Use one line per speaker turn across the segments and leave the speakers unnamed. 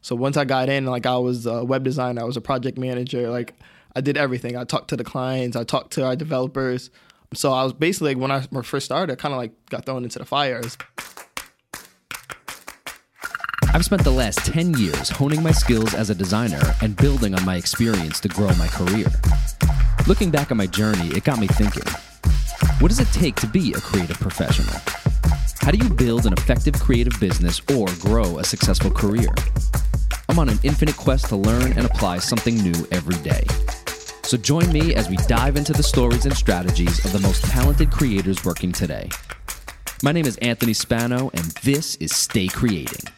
So once I got in, like I was a web designer, I was a project manager, like I did everything. I talked to the clients, I talked to our developers. So I was basically like, when I first started, kind of like got thrown into the fire.
I've spent the last 10 years honing my skills as a designer and building on my experience to grow my career. Looking back on my journey, it got me thinking what does it take to be a creative professional? How do you build an effective creative business or grow a successful career? I'm on an infinite quest to learn and apply something new every day. So join me as we dive into the stories and strategies of the most talented creators working today. My name is Anthony Spano, and this is Stay Creating.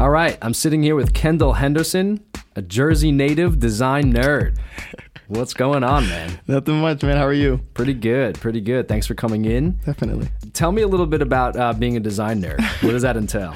All right, I'm sitting here with Kendall Henderson, a Jersey native design nerd. What's going on, man?
Nothing much, man. How are you?
Pretty good, pretty good. Thanks for coming in.
Definitely.
Tell me a little bit about uh, being a design nerd. What does that entail?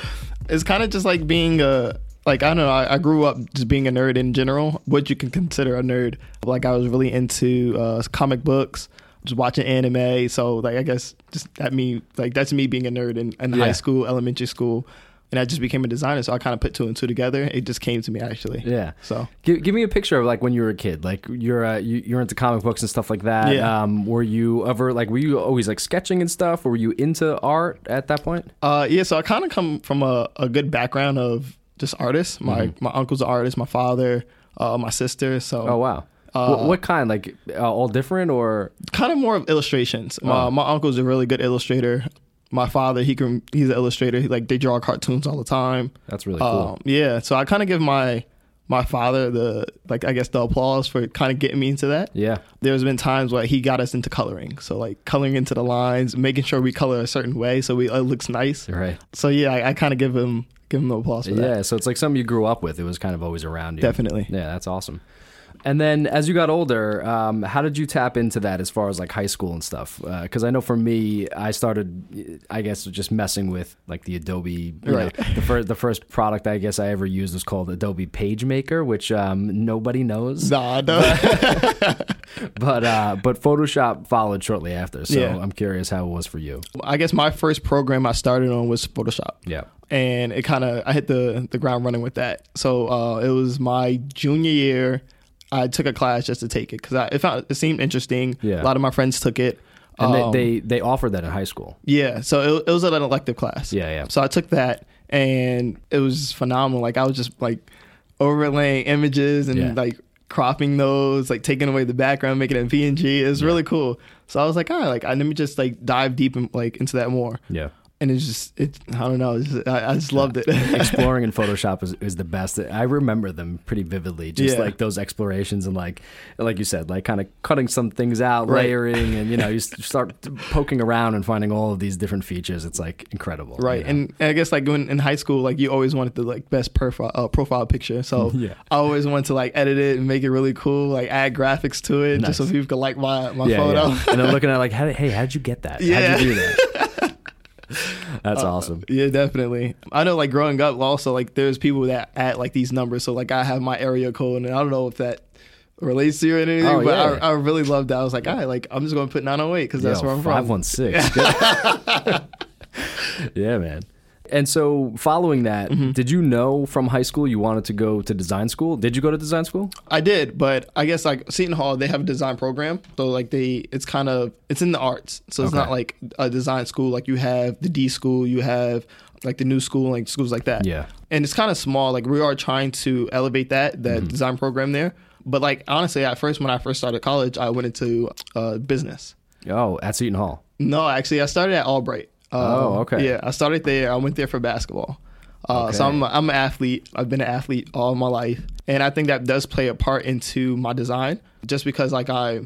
It's kind of just like being a like I don't know. I, I, grew up just being a nerd in general. What you can consider a nerd. Like I was really into uh, comic books, just watching anime. So like I guess just that me like that's me being a nerd in, in yeah. high school, elementary school and I just became a designer. So I kind of put two and two together. It just came to me actually.
Yeah.
So
give, give me a picture of like when you were a kid. Like you're uh, you, you're into comic books and stuff like that.
Yeah.
Um, were you ever like were you always like sketching and stuff? Or were you into art at that point?
Uh, yeah. So I kind of come from a, a good background of just artists. My mm-hmm. my uncle's an artist. My father, uh, my sister. So
oh wow. Uh, what, what, kind? Like uh, all different or
kind of more of illustrations. Oh.
Uh-huh.
My, my uncle's a really good illustrator my father he can he's an illustrator he, like they draw cartoons all the time
that's really cool
um, yeah so i kind of give my my father the like i guess the applause for kind of getting me into that
yeah
there's been times where he got us into coloring so like coloring into the lines making sure we color a certain way so we it looks nice
right
so yeah i, I kind of give him give him the applause for
yeah,
that
yeah so it's like something you grew up with it was kind of always around you
definitely
yeah that's awesome and then as you got older, um, how did you tap into that as far as like high school and stuff? Because uh, I know for me, I started, I guess, just messing with like the Adobe.
Right.
Know, the first the first product I guess I ever used was called Adobe PageMaker, which um, nobody knows.
Nah, no.
but uh, but Photoshop followed shortly after. So yeah. I'm curious how it was for you.
I guess my first program I started on was Photoshop.
Yeah
and it kind of I hit the the ground running with that. So uh, it was my junior year. I took a class just to take it because it found it seemed interesting.
Yeah.
a lot of my friends took it.
And um, they, they, they offered that in high school.
Yeah, so it, it was an elective class.
Yeah, yeah.
So I took that, and it was phenomenal. Like I was just like overlaying images and
Yeah.
like cropping those, like taking away the background, making it PNG. It was really cool. So I was like, all right, like I, let me just like dive deep and like into that more.
Yeah.
and it's just it. I don't know. It's just, I, I just loved it.
exploring in Photoshop is, is the best. I remember them pretty vividly, just
Yeah.
like those explorations and like, like you said, like kind of cutting some things out,
Right.
layering, and you know, you s- start poking around and finding all of these different features. It's like incredible, you
right
know?
and, and i guess like when in high school like you always wanted the like best profile uh, profile picture so
Yeah.
i always wanted to like edit it and make it really cool like add graphics to it just so
Nice.
people could like my, my
yeah,
photo
yeah. and then looking at like, how, hey, how'd you get that?
Yeah.
How'd you do that? That's
Uh,
awesome.
Yeah, definitely. I know, like growing up, also like there's people that add like these numbers. So like I have my area code, and I don't know if that relates to you or anything,
Oh,
but
yeah.
I, I really loved that. I was like, all right, like I'm just gonna put 908 because that's
Yo,
where I'm
five
from.
one six. yeah, man. And so, following that,
Mm-hmm.
did you know from high school you wanted to go to design school? Did you go to design school?
I did, but I guess like Seton Hall, they have a design program. So like they, it's kind of it's in the arts. So it's
Okay.
not like a design school. Like you have the D school, you have like the new school, like schools like that.
Yeah.
and it's kind of small. Like we are trying to elevate that that
Mm-hmm.
design program there. But like honestly, at first when I first started college, I went into uh, business.
Oh, at Seton Hall.
No, actually, I started at Albright. Um,
Oh, okay.
Yeah, I started there. I went there for basketball. Uh, So
Okay.
I'm I'm an athlete. I've been an athlete all my life, and I think that does play a part into my design. Just because like I,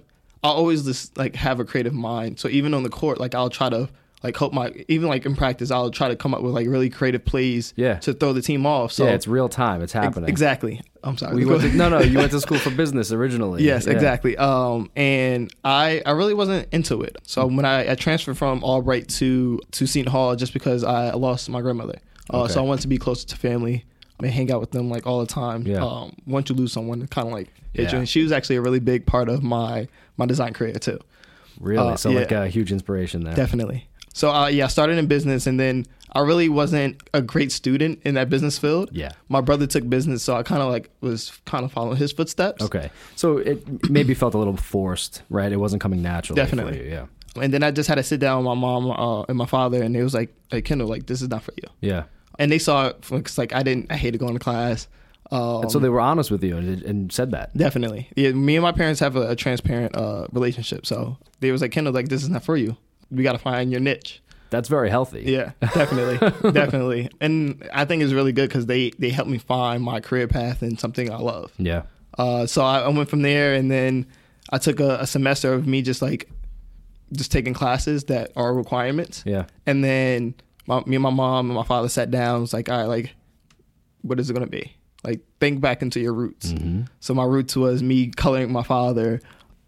I always just like have a creative mind. So even on the court, like I'll try to like hope my even like in practice, I'll try to come up with like really creative plays.
Yeah.
To throw the team off. So
yeah, it's real time. It's
Oh. ex-
happening.
exactly. I'm sorry.
We went to, no, no. You went to school for business originally.
Yes,
Yeah.
exactly. Um, and I I really wasn't into it. So when I, I transferred from Albright to to Seton Hall, just because I lost my grandmother, uh,
Okay.
so I wanted to be closer to family and hang out with them like all the time.
Yeah.
Um, once you lose someone, it kind of like hits
Yeah.
you. And she was actually a really big part of my my design career too.
Really?
Uh,
so, like
yeah.
a huge inspiration there.
Definitely. So uh, yeah, I started in business, and then I really wasn't a great student in that business field.
Yeah.
my brother took business, so I kind of like was kind of following his footsteps.
Okay. So it maybe felt a little forced, right? It wasn't coming naturally. for
Definitely.
you, Yeah.
And then I just had to sit down with my mom uh, and my father, and it was like, "Hey, Kendall, like this is not for you."
Yeah.
And they saw it because like I didn't, I hated going to class. Um,
so they were honest with you and, and said that.
Definitely. Yeah, me and my parents have a, a transparent uh, relationship. So they was like, Kendall, like this is not for you. We got to find your niche.
That's very healthy.
Yeah, definitely, definitely. And I think it's really good because they they helped me find my career path and something I love.
Yeah.
Uh, so I, I went from there, and then I took a, a semester of me just like just taking classes that are requirements.
Yeah.
And then my, me and my mom and my father sat down. and Was like, all right, like, what is it gonna be? Like, think back into your roots.
Mm-hmm.
So my roots was me coloring my father,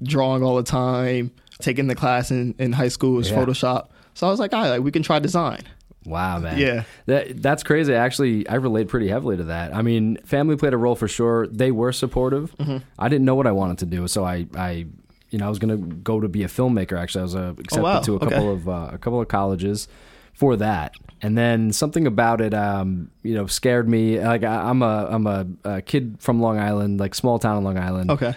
drawing all the time, taking the class in, in high school was
Yeah.
Photoshop. So I was like, all right, like, we can try design.
Wow, man.
Yeah.
That that's crazy. Actually, I relate pretty heavily to that. I mean, family played a role for sure. They were supportive.
Mm-hmm.
I didn't know what I wanted to do, so I I you know I was gonna go to be a filmmaker. Actually, I was uh, accepted
Oh, wow.
to a
Okay.
couple of uh, a couple of colleges for that. And then something about it, um, you know, scared me. Like I, I'm a I'm a, a kid from Long Island, like small town in Long Island.
Okay.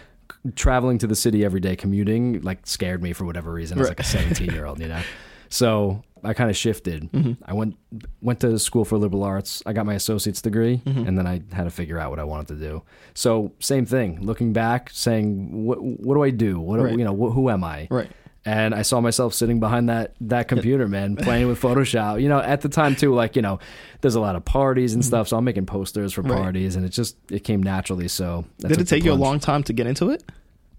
traveling to the city every day commuting like scared me for whatever reason as like a 17 year old you know so i kind of shifted
Mm-hmm.
i went went to school for liberal arts i got my associate's degree
Mm-hmm.
and then i had to figure out what i wanted to do so same thing looking back saying what what do i do what do,
Right.
you know wh- who am i
Right.
and I saw myself sitting behind that that computer, man, playing with Photoshop. You know, at the time too, like you know, there's a lot of parties and stuff, so I'm making posters for
Mm-hmm. Right.
parties, and it just it came naturally. So
Did
I took
it
the
take you a
plunge.
long time to get into it?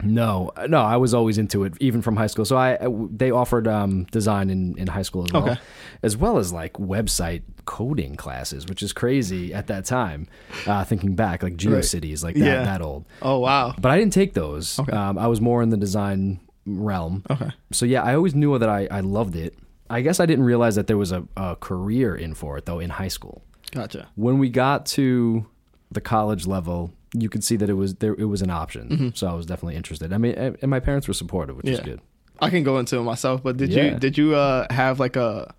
No, no, I was always into it, even from high school. So I, I- they offered um, design in, in high school as well,
Okay.
as well as like website coding classes, which is crazy at that time. Uh, thinking back, like GeoCities, like that,
Yeah.
that old.
Oh wow.
But I didn't take those. Um, I was more in the design realm.
Okay.
So yeah, I always knew that I, I loved it. I guess I didn't realize that there was a, a career in for it though in high school
Gotcha.
when we got to the college level, you could see that it was there. It was an option, so I was definitely interested. I mean, and and my parents were supportive, which is
Mm-hmm. Yeah.
good.
I can go into it myself, but did
Yeah.
you did you uh, have like a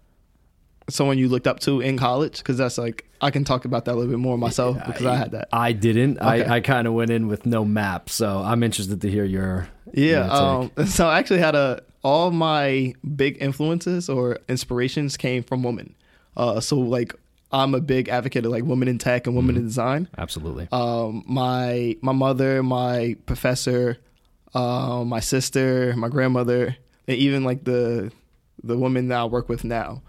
someone you looked up to in college? Because that's like I can talk about that a little bit more myself because I had that.
I didn't.
Okay.
I, I kind of went in with no map, so I'm interested to hear your
Yeah.
your take.
Um, so I actually had a all my big influences or inspirations came from women. Uh, so like I'm a big advocate of like women in tech and women in design.
absolutely.
Um, my my mother, my professor, uh, my sister, my grandmother, and even like the the women that I work with now.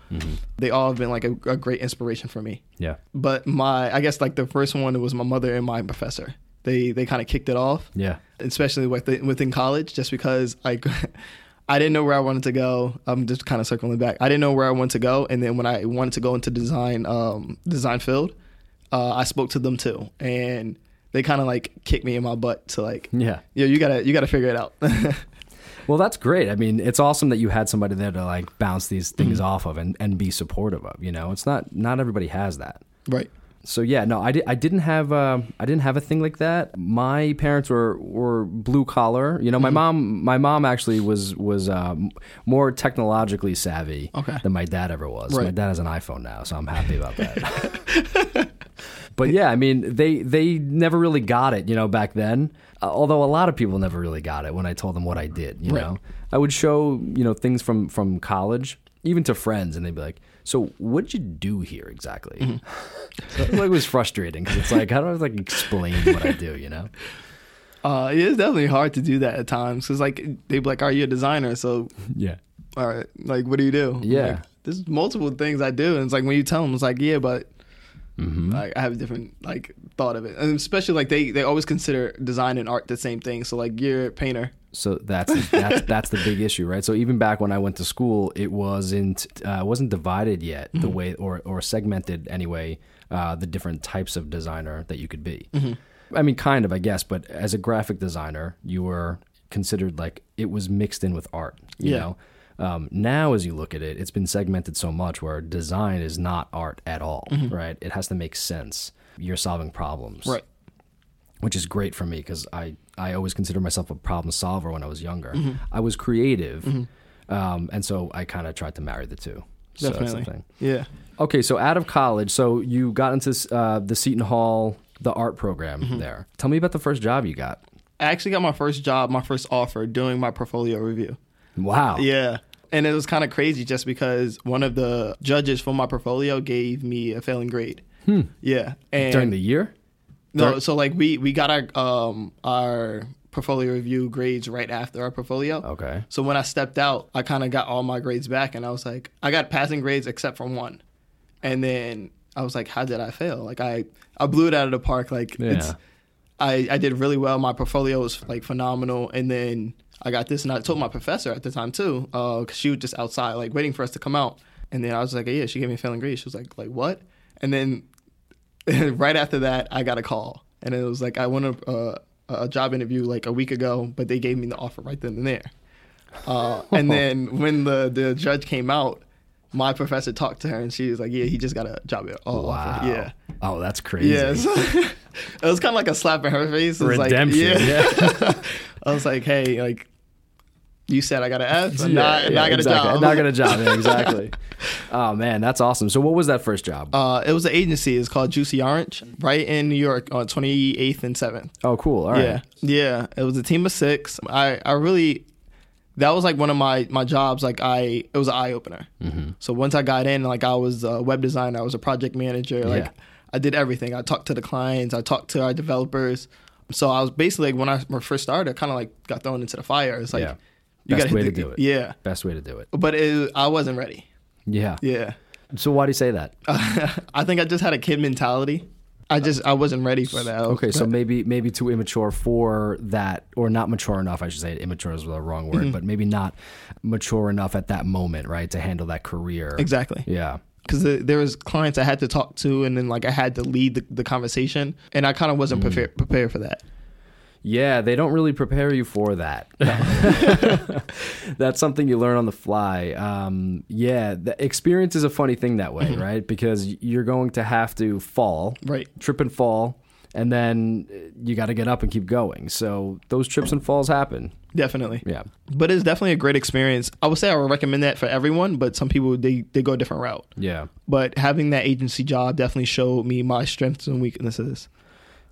They all have been like a, a great inspiration for me.
yeah,
But my I guess like the first one was my mother and my professor. They they kind of kicked it off
yeah,
especially within, within college, just because I, I didn't know where I wanted to go. I'm just kind of circling back. I didn't know where I wanted to go, and then when I wanted to go into design, um, design field, uh, I spoke to them too, and they kind of like kicked me in my butt to like,
yeah.
yo, you gotta, you gotta figure it out.
Well, that's great. I mean, it's awesome that you had somebody there to like bounce these
Mm-hmm.
things off of and, and be supportive of. You know, it's not not everybody has that.
right.
so yeah, no, I, di- I didn't have uh, I didn't have a thing like that. My parents were were blue collar. You know, my
Mm-hmm.
mom my mom actually was was uh, m- more technologically savvy
Okay.
than my dad ever was. My
Right.
dad has an iPhone now, so I'm happy about that. But yeah, I mean, they they never really got it, you know, back then. Uh, although a lot of people never really got it when I told them what I did, you
Right.
know. I would show, you know, things from from college even to friends and they'd be like, "So, what did you do here exactly?"
Mm-hmm.
So it was frustrating cuz it's like, how do I like explain what I do, you know?
Uh, it's definitely hard to do that at times because like they be like, are you a designer? So,
Yeah.
all right, like what do you do? I'm
Yeah.
like, there's multiple things I do, and it's like when you tell them, it's like yeah, but
Mm-hmm.
like, I have a different like thought of it, and especially like they they always consider design and art the same thing. So like you're a painter,
So that's that's that's the big issue, right? So even back when I went to school, it wasn't uh, wasn't divided yet
Mm-hmm.
the way or or segmented anyway uh, the different types of designer that you could be.
Mm-hmm.
I mean, kind of, I guess, but as a graphic designer, you were considered like it was mixed in with art, you
Yeah.
know. Um, now, as you look at it, it's been segmented so much where design is not art at all, right? It has to make sense. You're solving problems,
Mm-hmm. right?
which is great for me
Mm-hmm.
because I, I always consider myself a problem solver when I was younger. I was creative, Um, and so I kind of tried to marry the two. So that's the
Definitely.
thing.
yeah.
Okay, so out of college, so you got into uh, the Seton Hall, the art program
Mm-hmm.
there. Tell me about the first job you got.
I actually got my first job, my first offer doing my portfolio review.
Wow.
Yeah. And it was kind of crazy just because one of the judges for my portfolio gave me a failing grade. Yeah. And
Hmm. During the year?
no, so like we we got our um our portfolio review grades right after our portfolio.
Okay.
So when I stepped out, I kind of got all my grades back, and I was like, I got passing grades except for one, and then I was like, how did I fail? Like I I blew it out of the park. Like
Yeah.
it's, I I did really well. My portfolio was like phenomenal, and then I got this, and I told my professor at the time too, because she was just outside like waiting for us to come out, and then I was like, yeah, she gave me a failing grade. She was like, like what? And then right after that, I got a call, and it was like I won a uh, a job interview like a week ago, but they gave me the offer right then and there. Uh, and then when the the judge came out, my professor talked to her, and she was like, "Yeah, he just got a job uh,
Wow.
offer." Yeah.
Oh, that's crazy.
Yeah, so it was kind of like a slap in her face. It was
Redemption.
Like, yeah.
yeah.
I was like, "Hey, like, you said I got an F, and now,
Yeah,
now I got
exactly.
a job."
Now I got a job. Yeah, exactly. oh man, that's awesome. So what was that first job?
uh, it was an agency. It's called Juicy Orange, right in New York, on twenty eighth and seventh.
oh, cool. All right.
Yeah, yeah. It was a team of six. I, I really, that was like one of my my jobs. Like I, it was an eye opener.
Mm-hmm.
So once I got in, like I was a web designer, I was a project manager. Like
Yeah.
I did everything. I talked to the clients. I talked to our developers. So I was basically like when I first started, kind of like got thrown into the fire. It's like
Yeah.
you
Best
got
way to do it.
Yeah,
Best way to do it.
but it, I wasn't ready.
Yeah.
Yeah,
So why do you say that?
I think I just had a kid mentality. I just I wasn't ready for that.
Uh, Okay, so maybe maybe too immature for that, or not mature enough. I should say immature is the wrong
Mm-hmm.
word, but maybe not mature enough at that moment, right, to handle that career.
exactly.
Yeah.
because the, there was clients I had to talk to, and then like I had to lead the, the conversation, and I kind of
Mm.
wasn't prepared prepared for that.
Yeah, they don't really prepare you for that. That's something you learn on the fly. Um, yeah, the experience is a funny thing that way, right? Because you're going to have to fall,
Mm-hmm. Right.
Trip and fall, and then uh, you got to get up and keep going. So those trips and falls happen.
Definitely,
Yeah.
but it's definitely a great experience. I would say I would recommend that for everyone, but some people they they go a different route.
Yeah.
But having that agency job definitely showed me my strengths and weaknesses.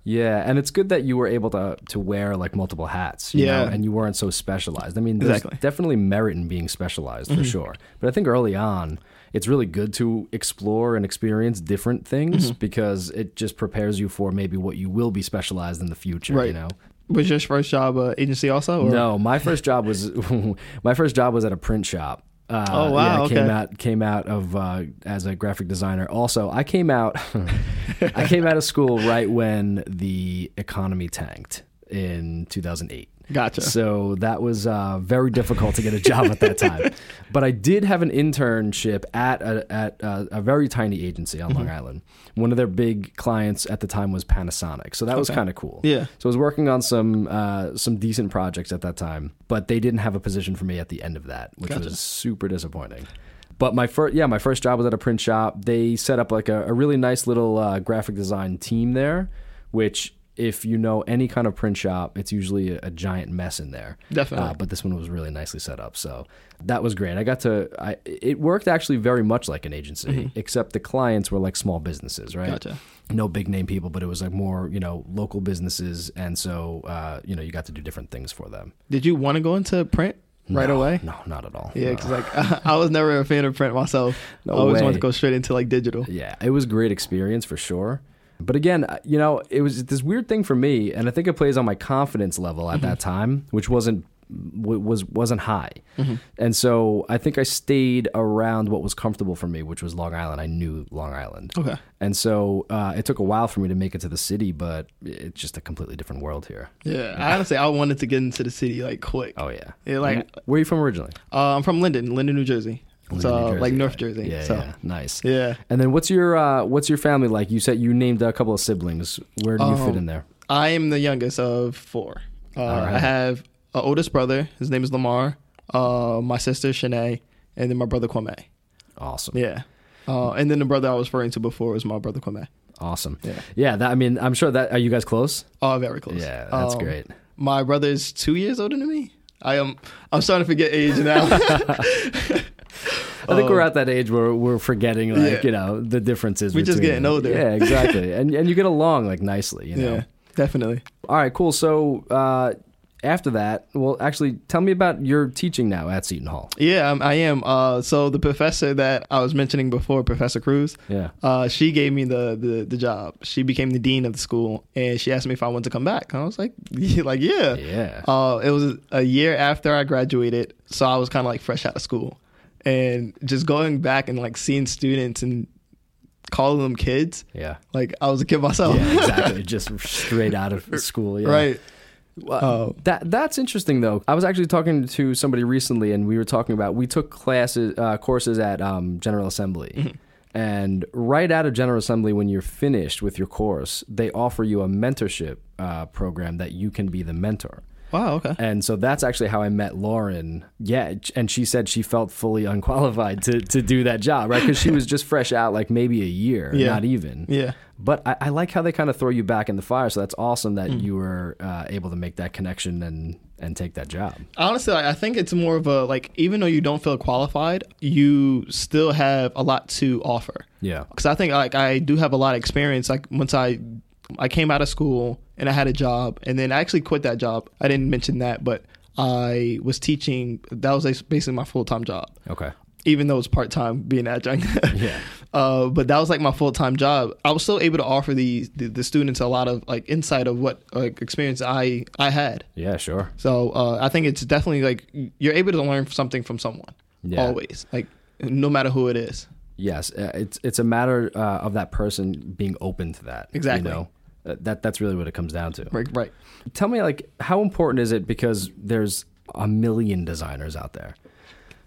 Yeah, and it's good that you were able to to wear like multiple hats, you
Yeah.
know, and you weren't so specialized. I mean, there's
Exactly. Mm-hmm.
definitely merit in being specialized for sure. But I think early on, it's really good to explore and experience different things
Mm-hmm.
because it just prepares you for maybe what you will be specialized in the future, you
Right.
know.
Was your first job uh, agency also? Or?
No, my first job was my first job was at a print shop. Uh,
Oh, wow,
yeah, I Came
okay.
out came out of uh, as a graphic designer. Also, I came out I came out of school right when the economy tanked in 2008.
Gotcha.
So that was uh, very difficult to get a job at that time. But I did have an internship at a, at a, a very tiny agency on
Mm-hmm.
Long Island. One of their big clients at the time was Panasonic. So that was kind of cool.
Yeah.
So I was working on some uh, some decent projects at that time, but they didn't have a position for me at the end of that, which was super disappointing. But my first, yeah, my first job was at a print shop. They set up like a, a really nice little uh, graphic design team there, which if you know any kind of print shop, it's usually a, a giant mess in there.
Definitely.
Uh, but this one was really nicely set up, so that was great. I got to, I it worked actually very much like an agency, except the clients were like small businesses, right?
Mm-hmm. Gotcha.
no big name people, but it was like more, you know, local businesses. And so, uh, you know, you got to do different things for them.
Did you want to go into print right
No,
away?
No, not at all.
Yeah,
No.
because like I was never a fan of print myself. I always wanted
way.
to go straight into like digital.
Yeah, it was a great experience for sure. But again, uh, you know, it was this weird thing for me, and I think it plays on my confidence level at
Mm-hmm.
that time, which wasn't w- was wasn't high,
Mm-hmm.
and so I think I stayed around what was comfortable for me, which was Long Island. I knew Long Island,
Okay.
and so uh, it took a while for me to make it to the city, but it's just a completely different world here.
Yeah, I honestly I wanted to get into the city like quick.
Oh yeah,
Yeah, like-
Where- where are you from originally?
Uh, I'm from Linden, Linden, New Jersey.
Linden,
so
New Jersey,
uh, like North
right.
Jersey.
Yeah,
so
yeah, nice.
yeah.
And then what's your uh, what's your family like? You said you named a couple of siblings. Where do you fit
Um,
in there?
I am the youngest of four. Uh,
right.
I have an oldest brother. His name is Lamar. Uh, my sister Shanae, and then my brother Kwame.
Awesome.
Yeah. Uh, and then the brother I was referring to before was my brother Kwame.
Awesome. Yeah.
Yeah.
that I mean, I'm sure that are you guys close?
Oh, very close.
Yeah, that's
Um,
great.
My brother's two years older than me. I am. I'm starting to forget age now.
I think we're at that age where we're forgetting, like
um, Yeah.
you know, the differences.
We're just
between-
getting older.
Yeah, exactly. and and you get along like nicely, you know.
yeah, definitely.
All right, cool. So uh, after that, well, actually, tell me about your teaching now at Seton Hall.
Yeah, um, I am. Uh, so the professor that I was mentioning before, Professor Cruz,
Yeah.
uh, she gave me the, the the job. She became the dean of the school, and she asked me if I wanted to come back. And I was like, like yeah.
Yeah.
Uh, it was a year after I graduated, so I was kind of like fresh out of school, and just going back and like seeing students and calling them kids,
Yeah.
like I was a kid myself,
Yeah, exactly. Just straight out of school. Yeah.
right?
Well, that that's interesting though. I was actually talking to somebody recently, and we were talking about we took classes uh, courses at um, General Assembly,
Mm-hmm.
and right out of General Assembly, when you're finished with your course, they offer you a mentorship uh, program that you can be the mentor.
Wow. Okay.
And so that's actually how I met Lauren. Yeah, and she said she felt fully unqualified to, to do that job, right? Because she was just fresh out, like maybe a year,
Yeah.
not even.
Yeah.
But I, I like how they kind of throw you back in the fire. So that's awesome that you were uh, able to make that connection and and take that job.
Honestly, I I think it's more of a like, even though you don't feel qualified, you still have a lot to offer.
Yeah.
Because I think like I do have a lot of experience. Like once I, I came out of school and I had a job, and then I actually quit that job. I didn't mention that, but I was teaching. That was like, basically my full time job,
Okay.
even though it's part time being adjunct.
Yeah.
Uh, but that was like my full time job. I was still able to offer the, the the students a lot of like insight of what like experience I I had.
Yeah. Sure.
So uh, I think it's definitely like you're able to learn something from someone
Yeah.
always, like no matter who it is.
Yes, uh, it's it's a matter uh, of that person being open to that. you
Exactly.
know? Uh, That that's really what it comes down to.
Right, right.
Tell me, like, how important is it? Because there's a million designers out there.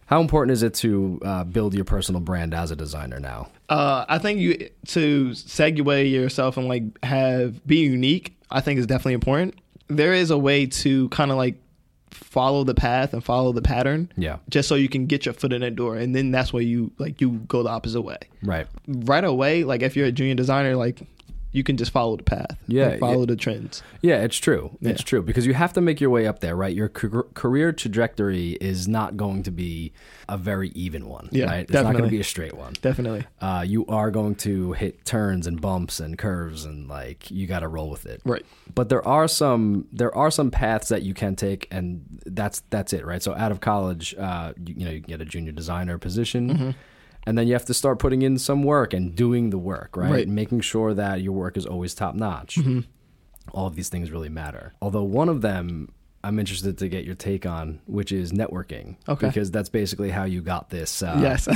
How important is it to uh, build your personal brand as a designer now?
Uh, I think you to segue yourself and like have be unique. I think is definitely important. There is a way to kind of like follow the path and follow the pattern.
Yeah.
Just so you can get your foot in that door, and then that's where you like you go the opposite way.
Right.
Right away, like if you're a junior designer, like you can just follow the path.
Yeah,
and follow the trends.
Yeah, it's true. It's true because you have to make your way up there, right? Your car- career trajectory is not going to be a very even one,
Yeah,
right? It's not going
definitely.
to be a straight one.
Definitely.
Uh, you are going to hit turns and bumps and curves and like you got to roll with it.
Right.
But there are some there are some paths that you can take, and that's that's it, right? So out of college, uh, you, you know, you can get a junior designer position,
Mm-hmm.
and then you have to start putting in some work and doing the work, right?
Right. Mm-hmm.
Making sure that your work is always top notch. All of these things really matter. Although one of them. I'm interested to get your take on, which is networking,
Okay.
because that's basically how you got this. Uh,
yes.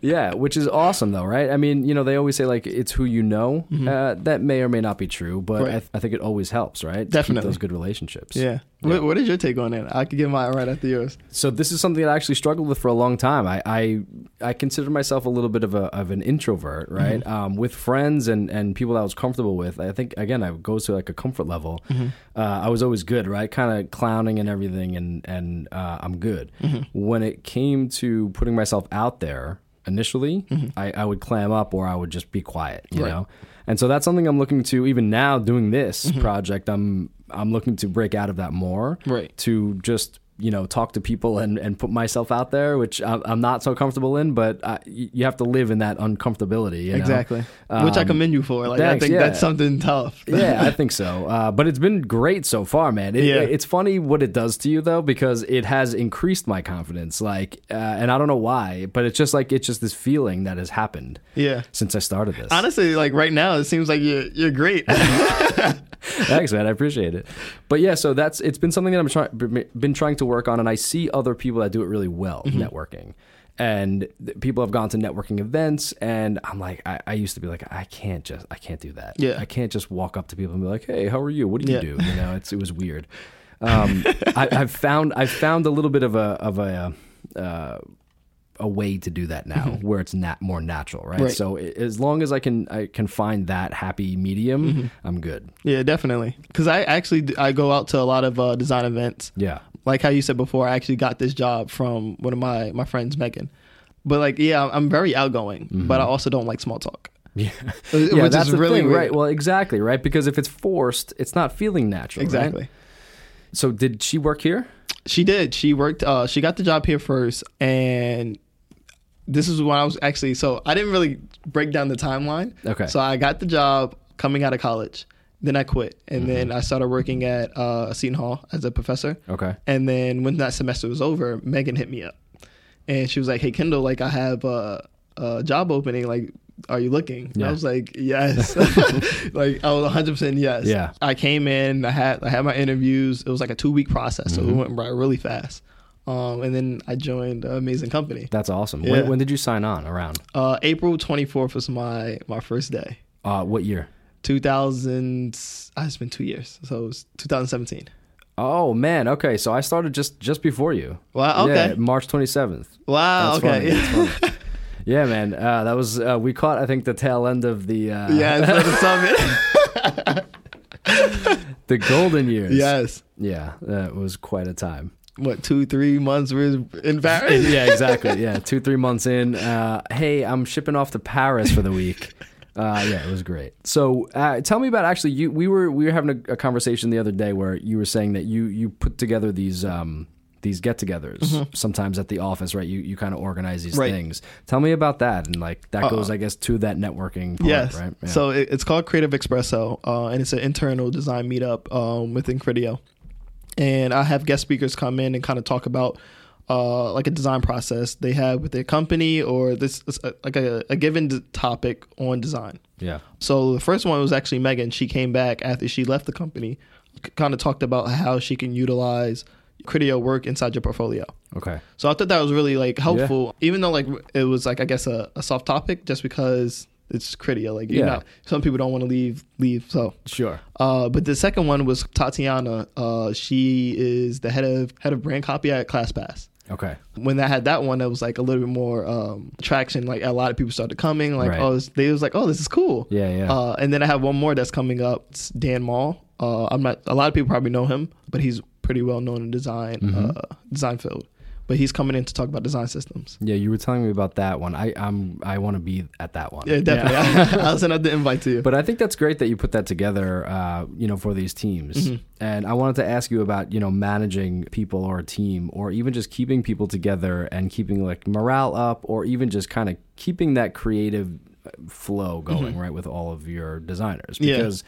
yeah, which is awesome though, right? I mean, you know, they always say like it's who you know. Uh, that may or may not be true, but I,
Mm-hmm. Right.
th- I think it always helps, right? To keep
Definitely.
those good relationships.
Yeah. What, what is your take on it? I could give mine right after yours.
So this is something that I actually struggled with for a long time. I I, I consider myself a little bit of a of an
Mm-hmm.
introvert, right? Um, with friends and and people that I was comfortable with, I think again I goes to like a comfort level.
Mm-hmm.
Uh, I was always good, right? Kind of clowning and everything, and and uh, I'm good.
Mm-hmm.
When it came to putting myself out there initially, I, I would clam up or I would just be quiet, you
Mm-hmm. Right.
know. And so that's something I'm looking to even now doing this
Mm-hmm.
project. I'm I'm looking to break out of that more,
Right.
to just you know talk to people and, and put myself out there which I- i'm not so comfortable in but I, you have to live in that uncomfortability you know?
Exactly. Which I
Um,
commend you for. Like
thanks,
I think
yeah.
that's something tough.
yeah i think so uh, but it's been great so far man It-
Yeah.
it's funny what it does to you though because it has increased my confidence like uh, and i don't know why but it's just like it's just this feeling that has happened
Yeah.
since i started this
Honestly, like right now, it seems like you're you're great.
Thanks, man. I appreciate it. But yeah, so that's it's been something that I'm trying been trying to work on, and I see other people that do it really well
Mm-hmm.
networking. And th- people have gone to networking events, and I'm like, I, I used to be like, I can't just, I can't do that.
Yeah.
I can't just walk up to people and be like, Hey, how are you? What do you
Yeah.
do? You know, it's it was weird. Um, I, I've found I've found a little bit of a of a uh, a way to do that now where it's nat- more natural right?
Mm-hmm. Right.
so i- as long as i can i can find that happy medium
Mm-hmm.
i'm good
yeah, definitely. Because I actually d- I go out to a lot of uh, design events.
yeah
Like how you said before, I actually got this job from one of my my friends, Megan. But like, yeah, I'm- I'm very outgoing, but I also don't like small talk.
Mm-hmm. Yeah,
Which
yeah,
is
that's the
really
thing,
weird.
right? Well, exactly, right? Because if it's forced, it's not feeling natural, right?
Exactly.
So did she work here?
She did. She worked. Uh, she got the job here first, and this is when I was actually. So I didn't really break down the timeline.
Okay.
So I got the job coming out of college. Then I quit, and then I started working at uh, Seton Hall as a professor.
Okay.
And then when that semester was over, Megan hit me up, and she was like, "Hey Kendall, like I have a, a job opening. Like, are you looking?" And I
Yeah.
was like, "Yes." like I was 100 percent yes.
Yeah.
I came in. I had I had my interviews. It was like a two week process,
Mm-hmm.
so it went by really fast. Um, and then I joined an amazing company.
That's awesome.
Yeah.
When, when did you sign on? Around
Uh, April 24th was my my first day.
uh, what year?
2000. I it's been two years, so it was 2017.
Oh man. Okay. So I started just just before you.
Wow,
Yeah,
okay.
March twenty seventh.
Wow.
That's
okay.
funny. That's funny. yeah, man. Uh, that was uh, we caught. I think the tail end of the uh,
yeah. It's the summit.
the golden years.
yes.
yeah. That was quite a time.
what two three months we're in Paris.
yeah, exactly. Yeah, two three months in. Uh, hey, I'm shipping off to Paris for the week. Uh, yeah, it was great. So uh, tell me about actually you. We were we were having a, a conversation the other day where you were saying that you you put together these. Um, these get-togethers sometimes at the office, right? You you kind of organize these
Mm-hmm. Right. Uh,
things. Tell me about that, and like that goes, I guess, to that networking. Part,
Yes.
Right. Yeah.
So it, it's called Creative Espresso, uh, and it's an internal design meetup um, within Critio. And I have guest speakers come in and kind of talk about uh, like a design process they have with their company or this this, uh, like a, a given d- topic on design.
yeah.
So the first one was actually Megan. She came back after she left the company, kind of talked about how she can utilize Critio work inside your portfolio.
Okay.
So I thought that was really like helpful, even though like it was like I guess a, a soft topic, just because it's Critio. Like you
Yeah.
know, some people don't want to leave leave. So,
Sure.
uh, but the second one was Tatiana. Uh, she is the head of head of brand copy at ClassPass.
Okay.
When I had that one, that was like a little bit more um, traction. Like a lot of people started coming. Like
Right.
oh, it's- they was like oh, this is cool.
Yeah, yeah.
Uh, and then I have one more that's coming up. It's Dan Mall. Uh, I'm not. A lot of people probably know him, but he's pretty well known in design
Mm-hmm.
uh, design field. But he's coming in to talk about design systems.
Yeah, you were telling me about that one. I I'm I want to be at that one.
Yeah, definitely. I'll send out the invite to you.
But I think that's great that you put that together, uh, you know, for these teams.
Mm-hmm.
And I wanted to ask you about, you know, managing people or a team, or even just keeping people together and keeping like morale up, or even just kind of keeping that creative uh, flow going, right, with all of your designers.
Mm-hmm. Yeah. Mm-hmm.
Because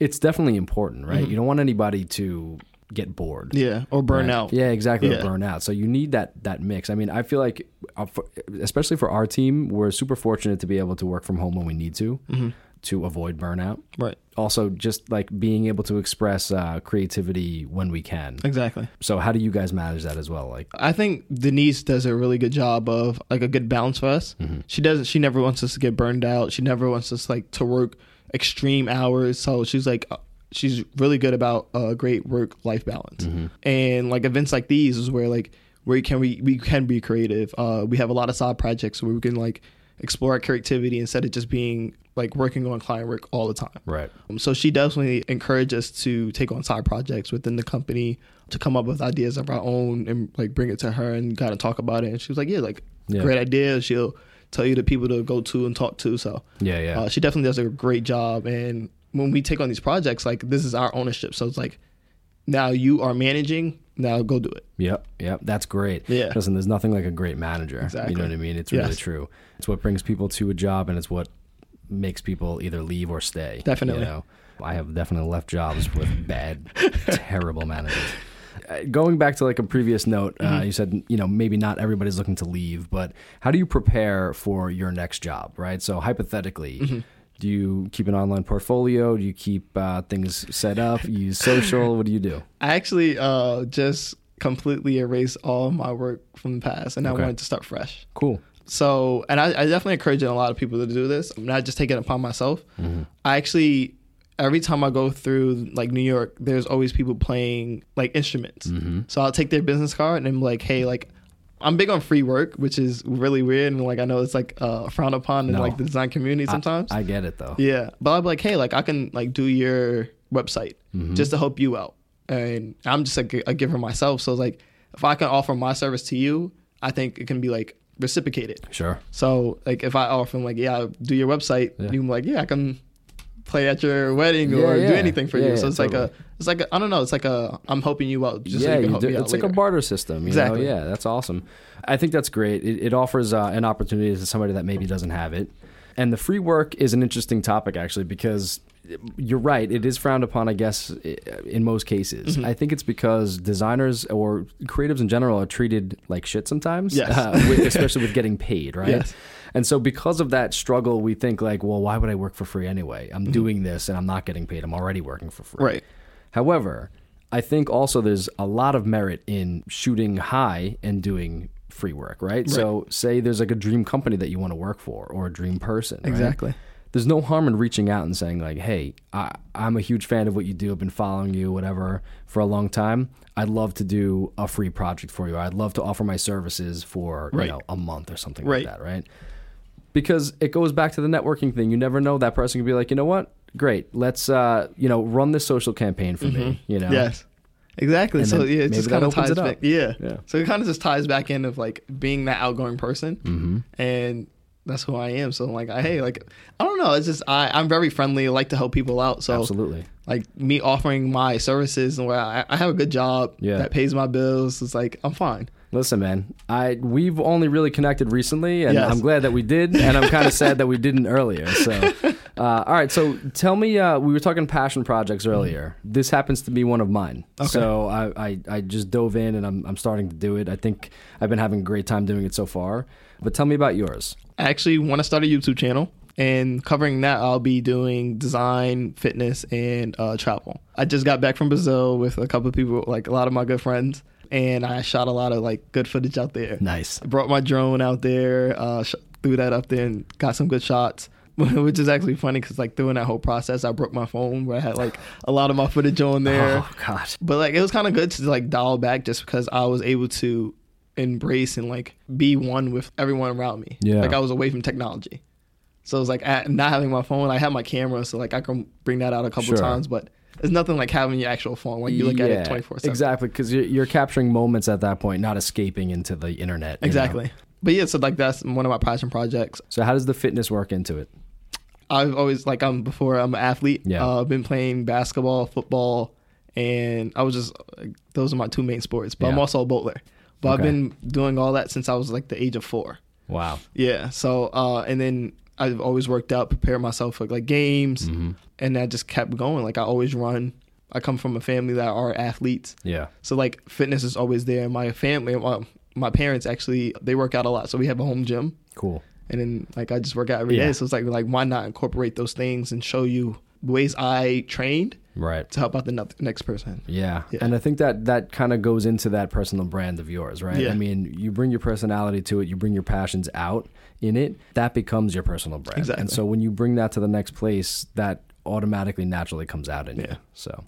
it's definitely important, right? You don't want anybody to get bored.
yeah, or burn
Right.
out.
Yeah, exactly. or
Yeah.
Burn out. So you need that that mix. I mean, I feel like, uh, for- especially for our team, we're super fortunate to be able to work from home when we need to to avoid burnout.
Right.
Also, just like being able to express uh, creativity when we can.
Exactly.
So how do you guys manage that as well? Like,
I think Denise does a really good job of like a good balance for us. She doesn't. She never wants us to get burned out. She never wants us like to work extreme hours. So she's like, uh, she's really good about uh, great work life balance. And like events like these is where like where can we we can be creative. Uh, we have a lot of side projects where we can like explore our creativity instead of just being like working on client work all the time.
right.
Um, so she definitely encouraged us to take on side projects within the company to come up with ideas of our own and like bring it to her and kind of talk about it. And she was like, "Yeah, like
Yeah.
great idea." She'll tell you the people to go to and talk to. So
Yeah, yeah.
uh, she definitely does a great job. And when we take on these projects, like this is our ownership. So it's like now you are managing. Now go do it.
Yep, yep, that's great.
Yeah.
Listen, there's nothing like a great manager.
Exactly.
You know what I mean? It's
Yes.
really true. It's what brings people to a job and it's what makes people either leave or stay. you
Definitely.
know? I have definitely left jobs with bad, terrible managers. Uh, Going back to like a previous note,
Mm-hmm.
uh, you said you know maybe not everybody's looking to leave, but how do you prepare for your next job, right? So hypothetically,
Mm-hmm.
do you keep an online portfolio? Do you keep uh, things set up? You use social? What do you do?
I actually uh, just completely erased all my work from the past, and I
Okay.
wanted to start fresh.
Cool.
So, and I, I definitely encourage a lot of people to do this. I'm not just taking it upon myself.
Mm-hmm.
I actually, every time I go through like New York, there's always people playing like instruments.
Mm-hmm.
So I'll take their business card and I'm like, hey, like, I'm big on free work, which is really weird. And like, I know it's like uh, frowned upon in
No.
like the design community sometimes.
I get it though.
Yeah, but I'll be like, hey, like I can like do your website
Mm-hmm.
just to help you out, and I'm just like a giver myself. So it's like, if I can offer my service to you, I think it can be like reciprocated.
Sure.
So like, if I offer them like, yeah, I'll do your website, you're like, yeah, I can play at your wedding
Yeah,
or do
yeah.
anything for
Yeah,
you.
yeah,
so it's like a, it's like a, I don't know, it's like a, I'm helping you out. Just so
yeah,
you can
you
help
do-
me out
it's like a
later.
barter system. You
Exactly.
Know? Yeah, that's awesome. I think that's great. It, it offers uh, an opportunity to somebody that maybe doesn't have it. And the free work is an interesting topic, actually, because you're right. It is frowned upon, I guess, i- in most cases.
Mm-hmm.
I think it's because designers or creatives in general are treated like shit sometimes, uh,
Yes.
with, especially with getting paid, right?
Yes.
And so, because of that struggle, we think like, well, why would I work for free anyway? I'm doing this and I'm not getting paid. I'm already working for free.
Mm-hmm. Right.
However, I think also there's a lot of merit in shooting high and doing free work, right? So, say there's like a dream company that you want to work for or a dream person. right?
Exactly.
There's no harm in reaching out and saying, like, hey, I, I'm a huge fan of what you do. I've been following you, whatever, for a long time. I'd love to do a free project for you. I'd love to offer my services for,
Right.
you know, a month or something
Right.
like that, right? because it goes back to the networking thing. You never know that person could be like, you know what? Great, let's uh, you know run this social campaign for me. You know,
Mm-hmm. Yes. Exactly.
And
so
then
yeah, it
maybe
just
that
kind of
opens
ties
it up.
back. Yeah.
Yeah.
So it kind of just ties back in of like being that outgoing person,
Mm-hmm.
and that's who I am. So like, I, hey, like I don't know. It's just I I'm very friendly. I like to help people out. So
absolutely.
like me offering my services and where I, I have a good job
Yeah.
that pays my bills. It's like I'm fine.
Listen, man, I we've only really connected recently, and
Yes.
I'm glad that we did, and I'm kind of sad that we didn't earlier. So, uh, all right, so tell me, uh, we were talking passion projects
Mm-hmm.
earlier. This happens to be one of mine. So I, I I just dove in, and I'm I'm starting to do it. I think I've been having a great time doing it so far. But tell me about yours.
I actually want to start a YouTube channel. And covering that, I'll be doing design, fitness, and uh, travel. I just got back from Brazil with a couple of people, like a lot of my good friends, and I shot a lot of like good footage out there.
Nice.
I brought my drone out there, uh, sh- threw that up there, and got some good shots. Which is actually funny because like during that whole process, I broke my phone where I had like a lot of my footage on there.
Oh God.
But like it was kind of good to like dial back just because I was able to embrace and like be one with everyone around me.
Yeah.
Like I was away from technology. So it was like at, not having my phone. I have my camera, so like I can bring that out a couple
Sure.
times. But it's nothing like having your actual phone. Like you look at it twenty four seven.
Exactly, because you're, you're capturing moments at that point, not escaping into the internet. you know?
Exactly. But yeah, so like that's one of my passion projects.
So how does the fitness work into it?
I've always like I'm before I'm an athlete.
Yeah.
Uh, I've been playing basketball, football, and I was just like, those are my two main sports. But I'm
Yeah.
also a bowler. But I've
Okay.
been doing all that since I was like the age of four.
Wow.
Yeah. So uh, and then I've always worked out, prepared myself for like games,
Mm-hmm.
and I just kept going. Like I always run. I come from a family that are athletes,
Yeah.
so like fitness is always there. My family, my, my parents actually they work out a lot, so we have a home gym
Cool.
and then like I just work out every day,
Yeah.
So it's like like why not incorporate those things and show you ways I trained
Right.
to help out the ne- next person.
Yeah.
Yeah.
And I think that that kind of goes into that personal brand of yours, right?
Yeah.
I mean, you bring your personality to it, you bring your passions out in it, that becomes your personal brand.
Exactly.
And so when you bring that to the next place, that automatically naturally comes out in
Yeah.
you. So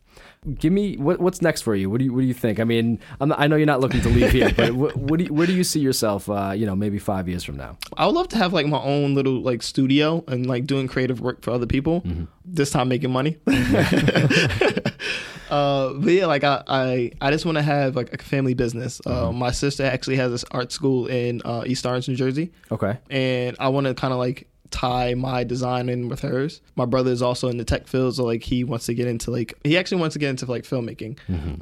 give me what, what's next for you? What do you what do you think? I mean, I'm not, I know you're not looking to leave here, but what, what do you, where do you see yourself uh, you know, maybe 5 years from now?
I would love to have like my own little like studio and like doing creative work for other people. This time making money. uh, but yeah, like I I, I just want to have like a family business. Uh, my sister actually has this art school in uh, East Orange, New Jersey.
Okay.
and I want to kind of like tie my design in with hers. My brother is also in the tech field, so like he wants to get into like he actually wants to get into like filmmaking.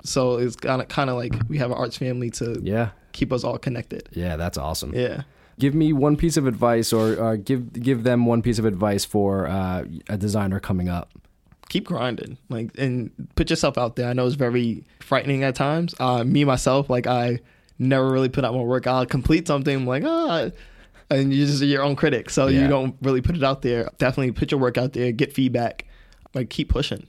So it's kind of kind of like we have an arts family to
Mm-hmm. Yeah.
keep us all connected.
Yeah, that's awesome.
Yeah.
Give me one piece of advice, or, or give give them one piece of advice for uh, a designer coming up.
Keep grinding, like, and put yourself out there. I know it's very frightening at times. Uh, me myself, like, I never really put out my work. I'll complete something, I'm like, ah, and you're just your own critic, so
Yeah.
you don't really put it out there. Definitely put your work out there, get feedback, like, keep pushing.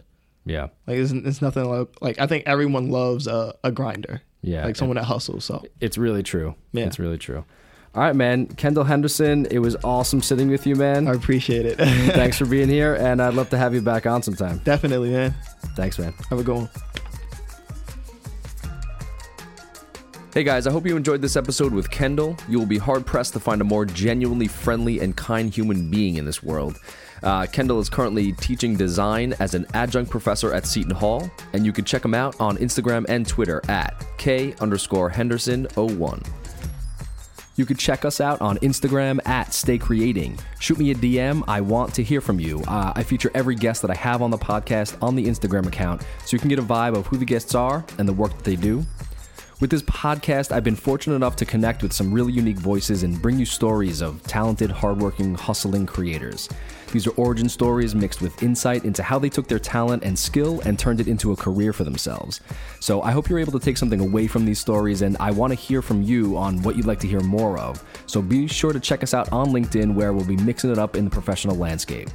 Yeah,
Like it's, it's nothing like like I think everyone loves a, a grinder.
Yeah.
Like someone that hustles. So
it's really true.
Yeah.
It's really true. All right, man. Kendall Henderson, it was awesome sitting with you, man.
I appreciate it.
Thanks for being here, and I'd love to have you back on sometime.
Definitely, man.
Thanks, man.
Have a good one.
Hey guys, I hope you enjoyed this episode with Kendall. You will be hard pressed to find a more genuinely friendly and kind human being in this world. Uh, Kendall is currently teaching design as an adjunct professor at Seton Hall, and you can check him out on Instagram and Twitter at K underscore Henderson 01.
You could check us out on Instagram at Stay Creating. Shoot me a DM. I want to hear from you. Uh, I feature every guest that I have on the podcast on the Instagram account so you can get a vibe of who the guests are and the work that they do. With this podcast, I've been fortunate enough to connect with some really unique voices and bring you stories of talented, hardworking, hustling creators. These are origin stories mixed with insight into how they took their talent and skill and turned it into a career for themselves. So I hope you're able to take something away from these stories, and I want to hear from you on what you'd like to hear more of. So be sure to check us out on LinkedIn, where we'll be mixing it up in the professional landscape.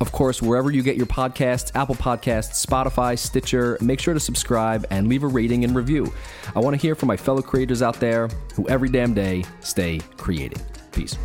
Of course, wherever you get your podcasts, Apple Podcasts, Spotify, Stitcher, make sure to subscribe and leave a rating and review. I want to hear from my fellow creators out there who every damn day stay creating. Peace.